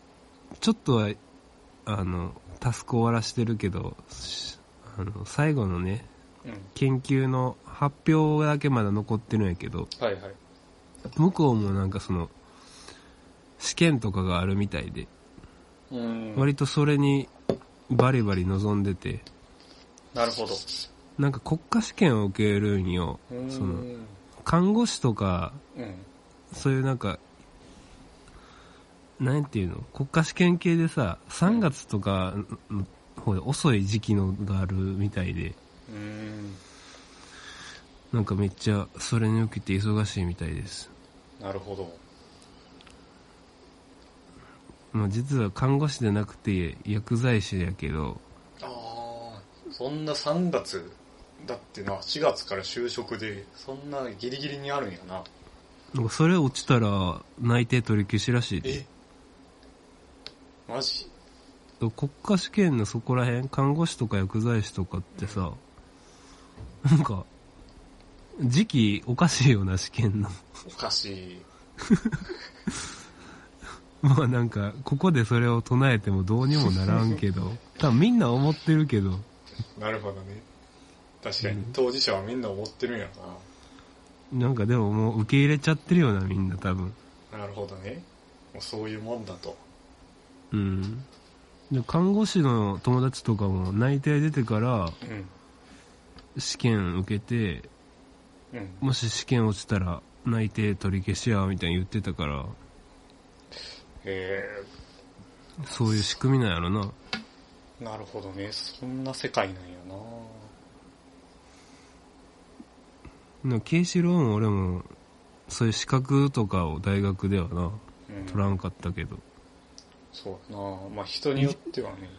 [SPEAKER 1] ちょっとは、あの、タスク終わらしてるけど、しあの、最後のね、
[SPEAKER 2] うん。うん。
[SPEAKER 1] 研究の発表だけまだ残ってるんやけど、
[SPEAKER 2] はいはい。
[SPEAKER 1] 向こうもなんかその、試験とかがあるみたいで、
[SPEAKER 2] うん。
[SPEAKER 1] 割とそれにバリバリ望んでて、
[SPEAKER 2] なるほど。
[SPEAKER 1] なんか国家試験を受けるんよ。
[SPEAKER 2] う
[SPEAKER 1] そ
[SPEAKER 2] ん
[SPEAKER 1] の、看護師とか、
[SPEAKER 2] うん。
[SPEAKER 1] そういうなんか、なんていうの国家試験系でさ、3月とかの方で遅い時期のがあるみたいで、
[SPEAKER 2] うん。
[SPEAKER 1] なんかめっちゃそれに受けて忙しいみたいです。
[SPEAKER 2] なるほど。
[SPEAKER 1] まあ実は看護師でなくて薬剤師やけど、
[SPEAKER 2] ああ、そんな3月、だってな、4月から就職で、そんなギリギリにあるんやな。
[SPEAKER 1] なんかそれ落ちたら内定取り消しらしいで。
[SPEAKER 2] えマジ
[SPEAKER 1] 国家試験のそこら辺、看護師とか薬剤師とかってさ、なんか、時期おかしいよな、試験の。
[SPEAKER 2] おかしい。
[SPEAKER 1] まあなんか、ここでそれを唱えてもどうにもならんけど、多分みんな思ってるけど、
[SPEAKER 2] なるほどね。確かに、当事者はみんな思ってるんや
[SPEAKER 1] なんかでももう受け入れちゃってるよな、みんな多分。
[SPEAKER 2] な。なるほどね。もうそういうもんだと。
[SPEAKER 1] うん。で、看護師の友達とかも内定出てから
[SPEAKER 2] うん。
[SPEAKER 1] 試験受けて、
[SPEAKER 2] うん。
[SPEAKER 1] もし試験落ちたら内定取り消しや、みたいに言ってたから、
[SPEAKER 2] え
[SPEAKER 1] そういう仕組みなんやろな。
[SPEAKER 2] ー、なるほどね。そんな世界なんやな。
[SPEAKER 1] なケイシローン俺も、そういう資格とかを大学ではな、
[SPEAKER 2] うん。
[SPEAKER 1] 取らんかったけど、
[SPEAKER 2] そうやな。まあ人によってはね。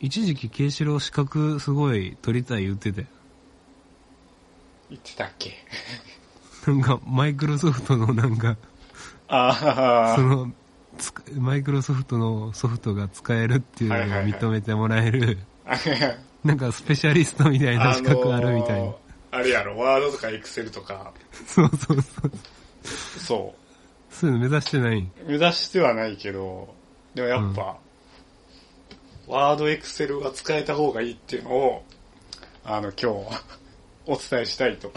[SPEAKER 1] 一時期ケイシロー資格すごい取りたい言って て、
[SPEAKER 2] 言ってたっけ
[SPEAKER 1] なんかマイクロソフトのなんか、
[SPEAKER 2] あ
[SPEAKER 1] そ
[SPEAKER 2] あ、
[SPEAKER 1] の、つくマイクロソフトのソフトが使えるっていうのを認めてもらえる、なんかスペシャリストみたいな資格あるみたいな。
[SPEAKER 2] あのーあれやろ、ワードとかエクセルとか、
[SPEAKER 1] そうそうそう。
[SPEAKER 2] そ
[SPEAKER 1] そういうの目指してない。
[SPEAKER 2] う。目指してはないけど、でもやっぱ、ワードエクセルが使えた方がいいっていうのを、あの、今日、お伝えしたいと。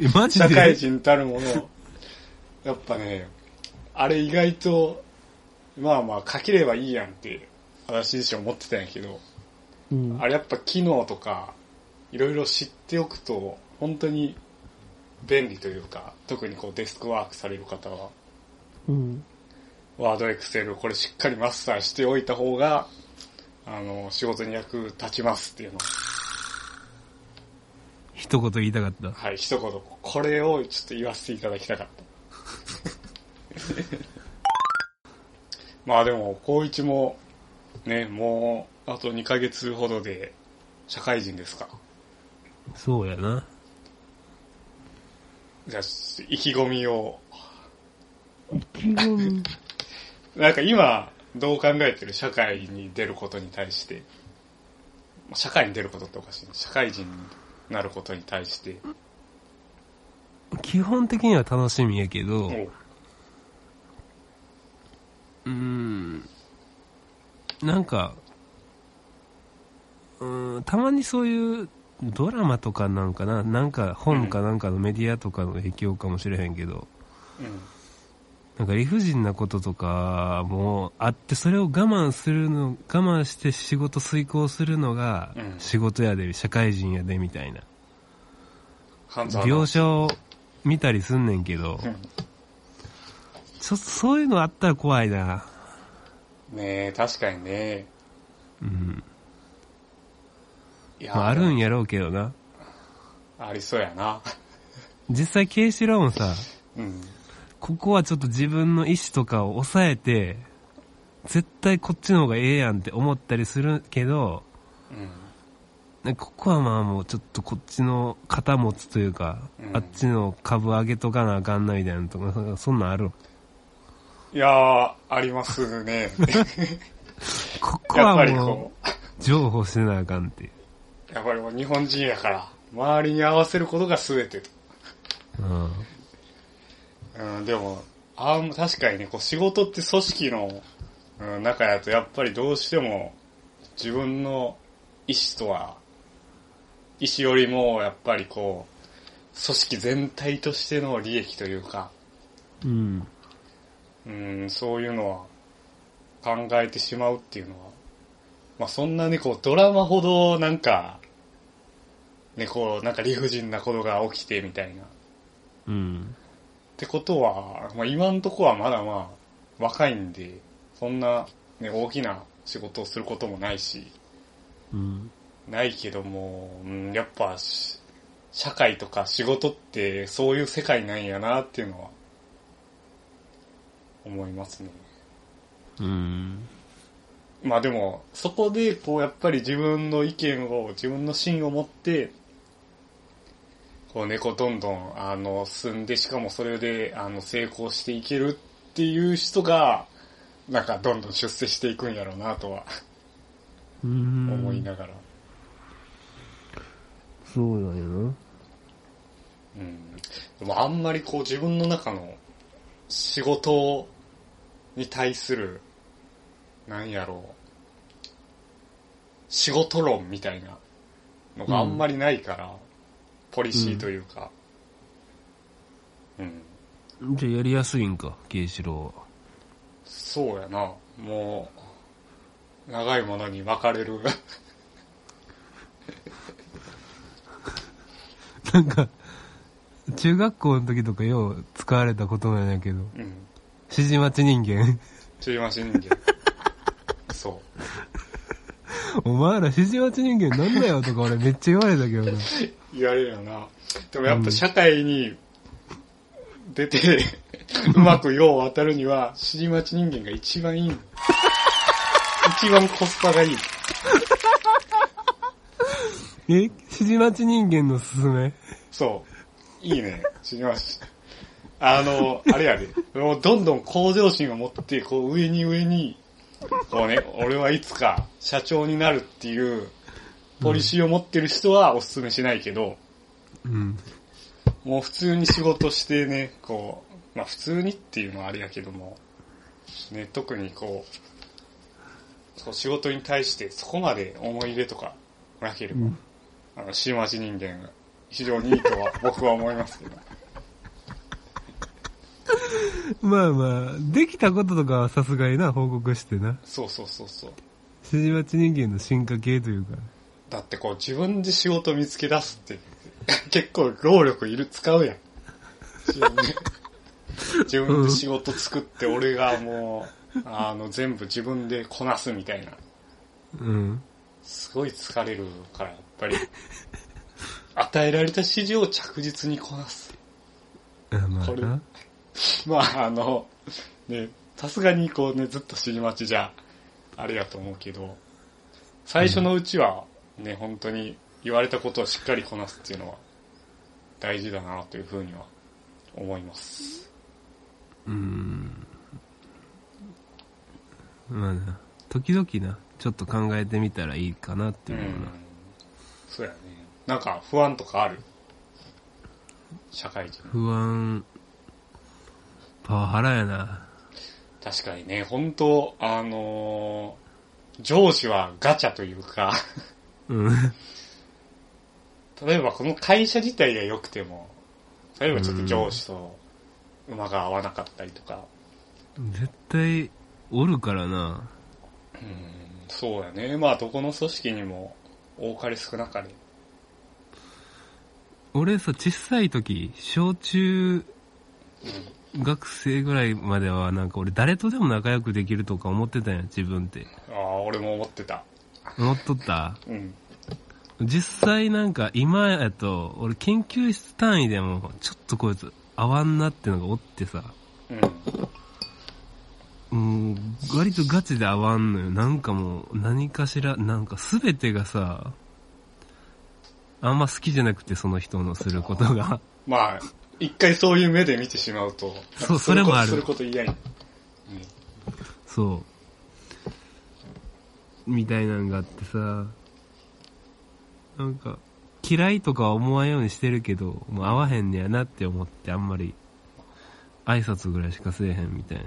[SPEAKER 1] え、マジ
[SPEAKER 2] 社会
[SPEAKER 1] で
[SPEAKER 2] 人たるもの、 やっぱね、あれ意外と、まあまあ書ければいいやんって、私自身思ってたんやけど、
[SPEAKER 1] うん
[SPEAKER 2] あれやっぱ機能とか、いろいろ知っておくと、本当に便利というか、特にこうデスクワークされる方は、
[SPEAKER 1] うん。
[SPEAKER 2] ワードエクセルこれしっかりマスターしておいた方が、あの、仕事に役立ちますっていうのを
[SPEAKER 1] 一言言いたかった。
[SPEAKER 2] はい、一言、これをちょっと言わせていただきたかった。 まあでも、高一も、ね、もう、あと2ヶ月ほどで、社会人ですか。
[SPEAKER 1] そうやな。
[SPEAKER 2] じゃあ、ちょっと意気込みを。
[SPEAKER 1] うん。
[SPEAKER 2] なんか今、どう考えてる社会に出ることに対して、まあ社会に出ることっておかしいね。社会人になることに対して、
[SPEAKER 1] 基本的には楽しみやけど、
[SPEAKER 2] もう、
[SPEAKER 1] うーんなんか、うーん、たまにそういうドラマとかなんかな、なんか本かなんかのメディアとかの影響かもしれへんけど、
[SPEAKER 2] うん。
[SPEAKER 1] なんか理不尽なこととかもあって、それを我慢するの、我慢して仕事遂行するのが
[SPEAKER 2] うん
[SPEAKER 1] 仕事やで、社会人やで、みたいな。
[SPEAKER 2] 半沢直
[SPEAKER 1] 描
[SPEAKER 2] 樹
[SPEAKER 1] 写を見たりすんねんけど、ちょっとそういうのあったら怖いな。
[SPEAKER 2] うんねえ、確かにね。
[SPEAKER 1] うん。
[SPEAKER 2] いや
[SPEAKER 1] まあ、あるんやろうけどな。
[SPEAKER 2] ありそうやな。
[SPEAKER 1] 実際、ケイシロウもさ、
[SPEAKER 2] うん。
[SPEAKER 1] ここはちょっと自分の意思とかを抑えて、絶対こっちの方がええやんって思ったりするけど、ねここはまあもうちょっとこっちの肩持つというか、
[SPEAKER 2] うん
[SPEAKER 1] あっちの株上げとかなあかんなみたいなのとか、そんなんある
[SPEAKER 2] いやー、あります ね。
[SPEAKER 1] ここ
[SPEAKER 2] やっぱ
[SPEAKER 1] は
[SPEAKER 2] り
[SPEAKER 1] も
[SPEAKER 2] こ
[SPEAKER 1] う、譲歩しなあかんっていう。
[SPEAKER 2] う、やっぱりもう日本人やから、周りに合わせることが全てと。
[SPEAKER 1] うん。
[SPEAKER 2] うん、でも、あー確かにね、こう仕事って組織の、うん、中やとやっぱりどうしても自分の意思とは、意思よりもやっぱりこう、組織全体としての利益というか、
[SPEAKER 1] うん。
[SPEAKER 2] うん、そういうのは考えてしまうっていうのは、まあそんなにこうドラマほどなんか、ね、こうなんか理不尽なことが起きてみたいな。っ
[SPEAKER 1] うん。
[SPEAKER 2] てことは、まあ今んとこはまだまあ若いんで、そんなね、大きな仕事をすることもないし、
[SPEAKER 1] うん。
[SPEAKER 2] ないけども、うん、やっぱし、社会とか仕事ってそういう世界なんやなっていうのは、思いますね。
[SPEAKER 1] うん。
[SPEAKER 2] まあでも、そこで、こう、やっぱり自分の意見を、自分の芯を持って、こうね、こう、どんどん、あの、進んで、しかもそれで、あの、成功していけるっていう人が、なんか、どんどん出世していくんやろうな、とは、
[SPEAKER 1] うん
[SPEAKER 2] 思いながら。
[SPEAKER 1] そうなんやな。
[SPEAKER 2] うん。でも、あんまりこう、自分の中の、仕事に対する、なんやろう、仕事論みたいなのがあんまりないから、ポリシーというか、うん、
[SPEAKER 1] じゃあやりやすいんか、ケイシロウは。
[SPEAKER 2] そうやな、もう、長いものに分かれる。
[SPEAKER 1] なんか、中学校の時とかよう使われたことなんやけど、
[SPEAKER 2] うん。
[SPEAKER 1] 指示待ち人間。
[SPEAKER 2] ちびまし人間。そ
[SPEAKER 1] お前ら指示待ち人間なんだよとか俺めっちゃ言われたけどな。
[SPEAKER 2] う。言われるよな。でもやっぱ社会に出て、うまく用を当たるには、しじまち人間が一番いいの。一番コスパがいい。
[SPEAKER 1] え指示待ち人間のすすめ
[SPEAKER 2] そう。いいね。知りましあの、あれやで、もうどんどん向上心を持って、こう上に上に、こうね、俺はいつか社長になるっていう、ポリシーを持ってる人はお勧めしないけど、
[SPEAKER 1] うん。
[SPEAKER 2] もう普通に仕事してね、こう、まあ普通にっていうのはあれやけども、ね、特にこう、こう仕事に対してそこまで思い入れとかなければ、
[SPEAKER 1] うん
[SPEAKER 2] あの、新町人間が非常にいいとは 僕は思いますけど。
[SPEAKER 1] まあまあ、できたこととかはさすがにな、報告してな。
[SPEAKER 2] そうそうそうそう。
[SPEAKER 1] 指示待ち人間の進化系というか。
[SPEAKER 2] だってこう自分で仕事見つけ出すって、 結構労力いる、使う やん。自分で。自分で仕事作って、俺がもう、あの、全部自分でこなすみたいな。
[SPEAKER 1] うん。
[SPEAKER 2] すごい疲れるから、やっぱり。 与えられた指示を着実にこなす。
[SPEAKER 1] あまあ
[SPEAKER 2] これ
[SPEAKER 1] な。
[SPEAKER 2] まあ、あの、ね、さすがにこうね、ずっと尻待ちじゃ、あれやと思うけど、最初のうちは、ね、本当に言われたことをしっかりこなすっていうのは、大事だなというふうには思います。
[SPEAKER 1] うん。まあな。時々な、ちょっと考えてみたらいいかなって
[SPEAKER 2] う
[SPEAKER 1] いうようんな。。
[SPEAKER 2] そうやね。なんか不安とかある社会人。
[SPEAKER 1] 不安、パワハラやな。
[SPEAKER 2] 確かにね、本当あのー上司はガチャというか、
[SPEAKER 1] うん。
[SPEAKER 2] 例えばこの会社自体が良くても、例えばちょっと上司と馬が合わなかったりとか、
[SPEAKER 1] 絶対、おるからな。
[SPEAKER 2] そうやね。まあどこの組織にも多かれ少なかれ。
[SPEAKER 1] 俺さ、小さい時、小中学生ぐらいまでは、なんか俺誰とでも仲良くできるとか思ってたんや、自分って。
[SPEAKER 2] ああ、俺も思ってた。
[SPEAKER 1] 思っとった
[SPEAKER 2] うん。
[SPEAKER 1] 実際なんか今やと、俺研究室単位でも、ちょっとこいつ合わんなってのがおってさ、
[SPEAKER 2] うん。
[SPEAKER 1] うん、割とガチで合わんのよ。なんかもう、何かしら、なんか全てがさ、あんま好きじゃなくて、その人のすることが。
[SPEAKER 2] まあ、一回そういう目で見てしまうと、
[SPEAKER 1] そうそれもある
[SPEAKER 2] すること嫌に。
[SPEAKER 1] そう。みたいなんがあってさ、なんか、嫌いとかは思わんようにしてるけど、もう合わへんねやなって思って、あんまり、挨拶ぐらいしかせえへんみたいな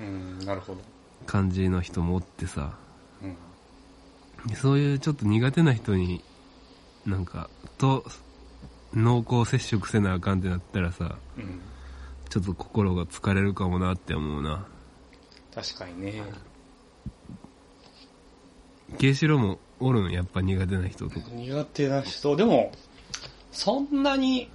[SPEAKER 2] うん、なるほど。
[SPEAKER 1] 感じの人もおってさ、
[SPEAKER 2] うん。
[SPEAKER 1] そういうちょっと苦手な人に、なんか、と、濃厚接触せなあかんってなったらさ、
[SPEAKER 2] うん。
[SPEAKER 1] ちょっと心が疲れるかもなって思うな。
[SPEAKER 2] 確かにね。
[SPEAKER 1] ケイシロもおるん、やっぱ苦手な人とか。
[SPEAKER 2] 苦手な人、でも、そんなに、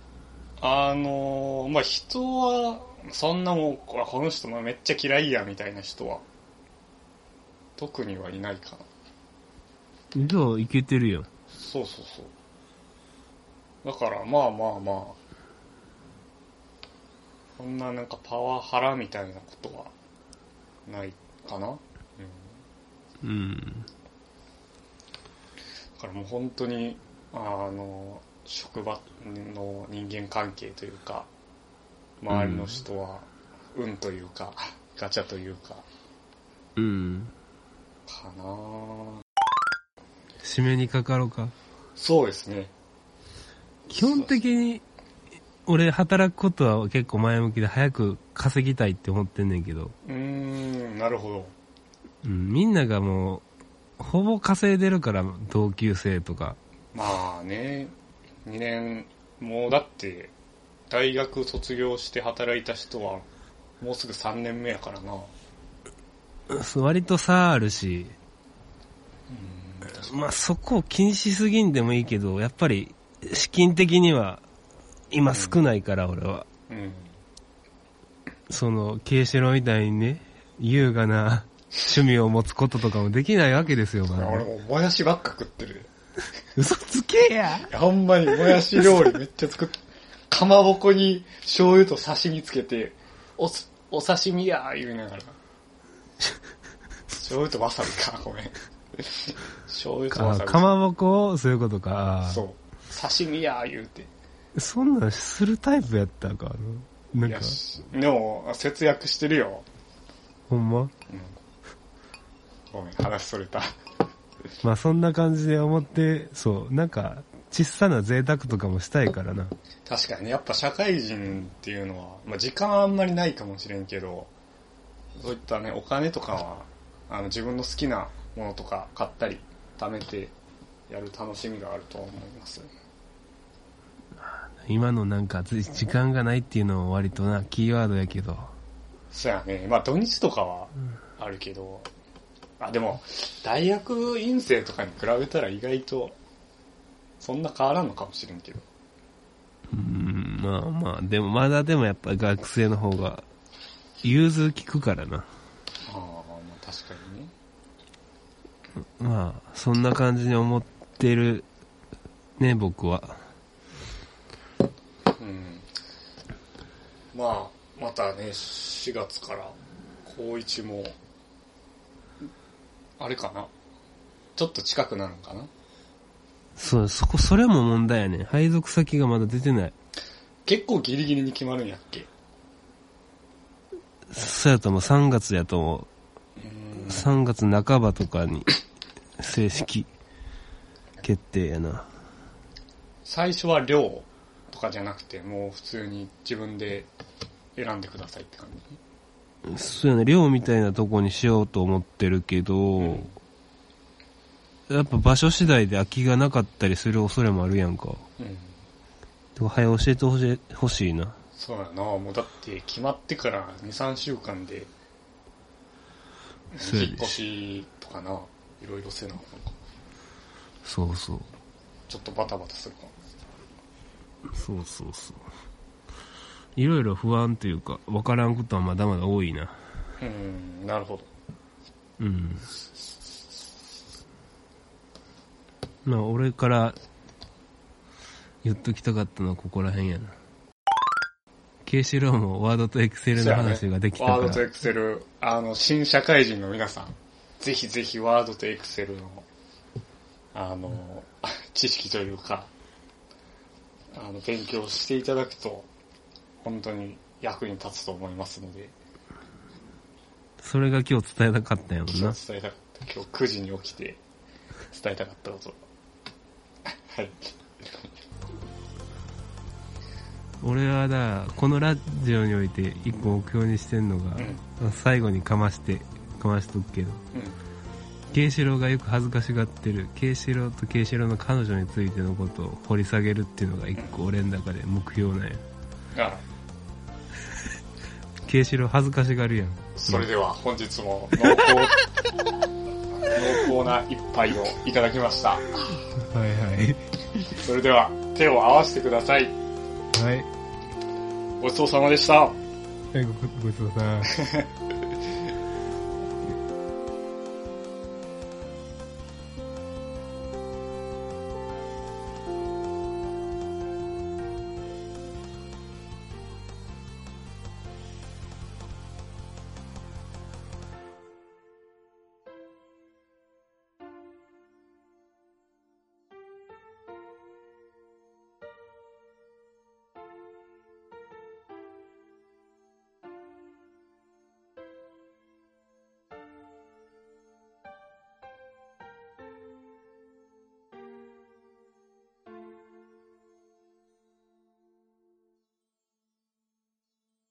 [SPEAKER 2] あのーまあ、人は、そんなもう、ここの人もめっちゃ嫌いや、みたいな人は、特にはいないかな。
[SPEAKER 1] じゃあ、いけてるよ。
[SPEAKER 2] そうそうそう。だから、まあまあまあ、そんななんかパワハラみたいなことは、ないかな。うん。
[SPEAKER 1] うん。
[SPEAKER 2] だからもう本当に、あの、職場の人間関係というか、周りの人は、運というか、ガチャというか、
[SPEAKER 1] うん。
[SPEAKER 2] かなぁ
[SPEAKER 1] 締めにかかろうか。
[SPEAKER 2] そうですね。
[SPEAKER 1] 基本的に、俺働くことは結構前向きで早く稼ぎたいって思ってんねんけど、
[SPEAKER 2] うーん、なるほど。
[SPEAKER 1] うん、みんながもう、ほぼ稼いでるから、同級生とか。
[SPEAKER 2] まあね、2年、もうだって、大学卒業して働いた人は、もうすぐ3年目やからな。
[SPEAKER 1] そう割と差あるし、まあそこを気にしすぎんでもいいけど、やっぱり資金的には今少ないから俺は。
[SPEAKER 2] うん。
[SPEAKER 1] その、慶四郎みたいにね、優雅な趣味を持つこととかもできないわけですよ、まだ
[SPEAKER 2] 俺もうもやしばっか食ってる。
[SPEAKER 1] 嘘つけや
[SPEAKER 2] いや、ほんまにもやし料理めっちゃ作って、かまぼこに醤油と刺身つけて、おす、お刺身やー言いながら。醤油とわさびか、ごめん。醤油とわ
[SPEAKER 1] あ
[SPEAKER 2] さび。
[SPEAKER 1] かまぼこをそういうことか。
[SPEAKER 2] そう。刺身やー言うて。
[SPEAKER 1] そんなんするタイプやったか。なん
[SPEAKER 2] い
[SPEAKER 1] か
[SPEAKER 2] や、しでも、節約してるよ。
[SPEAKER 1] ほんま
[SPEAKER 2] ごめん、話それた。
[SPEAKER 1] まあそんな感じで思って、そう、なんか、小さな贅沢とかもしたいからな。
[SPEAKER 2] 確かにね、やっぱ社会人っていうのは、まあ時間はあんまりないかもしれんけど、そういったね、お金とかは、あの、自分の好きなものとか買ったり、貯めて、やる楽しみがあると思います。
[SPEAKER 1] 今のなんか、つい時間がないっていうのは割とな、キーワードやけど。
[SPEAKER 2] そうやね。まあ土日とかはあるけど、あ、でも、大学院生とかに比べたら意外と、そんな変わらんのかもしれんけど。
[SPEAKER 1] うん、まあまあ、でもまだでもやっぱ学生の方が、融通聞くからな。
[SPEAKER 2] ああ、まあ確かにね。
[SPEAKER 1] まあ、そんな感じに思ってる、ね、僕は。
[SPEAKER 2] うん。まあ、またね、4月から、高一も、あれかな。ちょっと近くなるんかな。
[SPEAKER 1] そう、そこ、それも問題やね。配属先がまだ出てない。
[SPEAKER 2] 結構ギリギリに決まるんやっけ。
[SPEAKER 1] そうやともう3月やとも
[SPEAKER 2] うん
[SPEAKER 1] う、3月半ばとかに、正式、決定やな。
[SPEAKER 2] 最初は寮とかじゃなくて、もう普通に自分で選んでくださいって感じ。
[SPEAKER 1] そうやね、寮みたいなとこにしようと思ってるけど、
[SPEAKER 2] ん
[SPEAKER 1] やっぱ場所次第で空きがなかったりする恐れもあるやんか。
[SPEAKER 2] うん。
[SPEAKER 1] でも早教えてほしいほしいな。
[SPEAKER 2] そうやな、もうだって決まってから2、3週間で、
[SPEAKER 1] そうやで
[SPEAKER 2] 引っ越しとかな、いろいろせなあかんか。
[SPEAKER 1] そうそう。
[SPEAKER 2] ちょっとバタバタするかも。
[SPEAKER 1] そうそうそう。いろいろ不安というか、わからんことはまだまだ多いな。
[SPEAKER 2] うん、なるほど。
[SPEAKER 1] うん。まあ、俺から言っときたかったのはここら辺やな。ケイシローもワードとエクセルの話ができたか
[SPEAKER 2] ワードとエ
[SPEAKER 1] ら、
[SPEAKER 2] クセル、あの、新社会人の皆さん、ぜひぜひワードとエクセルの、あの、知識というか、あの、勉強していただくと、本当に役に立つと思いますので、
[SPEAKER 1] それが今日伝えたかったんやもん
[SPEAKER 2] 今
[SPEAKER 1] な。
[SPEAKER 2] 日伝えたかった。今日9時に起きて、伝えたかったこと。はい。
[SPEAKER 1] 俺はだ、このラジオにおいて一個目標にしてんのが、最後にかまして、かましとくけど、
[SPEAKER 2] うん。
[SPEAKER 1] ケイシローがよく恥ずかしがってる、ケイシローとケイシローの彼女についてのことを掘り下げるっていうのが一個俺の中で目標なんや。
[SPEAKER 2] あ、
[SPEAKER 1] ケイシロー恥ずかしがるやん。
[SPEAKER 2] それでは本日も濃厚、濃厚な一杯をいただきました。
[SPEAKER 1] はいはい。
[SPEAKER 2] それでは手を合わせてください。
[SPEAKER 1] はい。
[SPEAKER 2] ごちそうさまでした。
[SPEAKER 1] ごごちそうさん。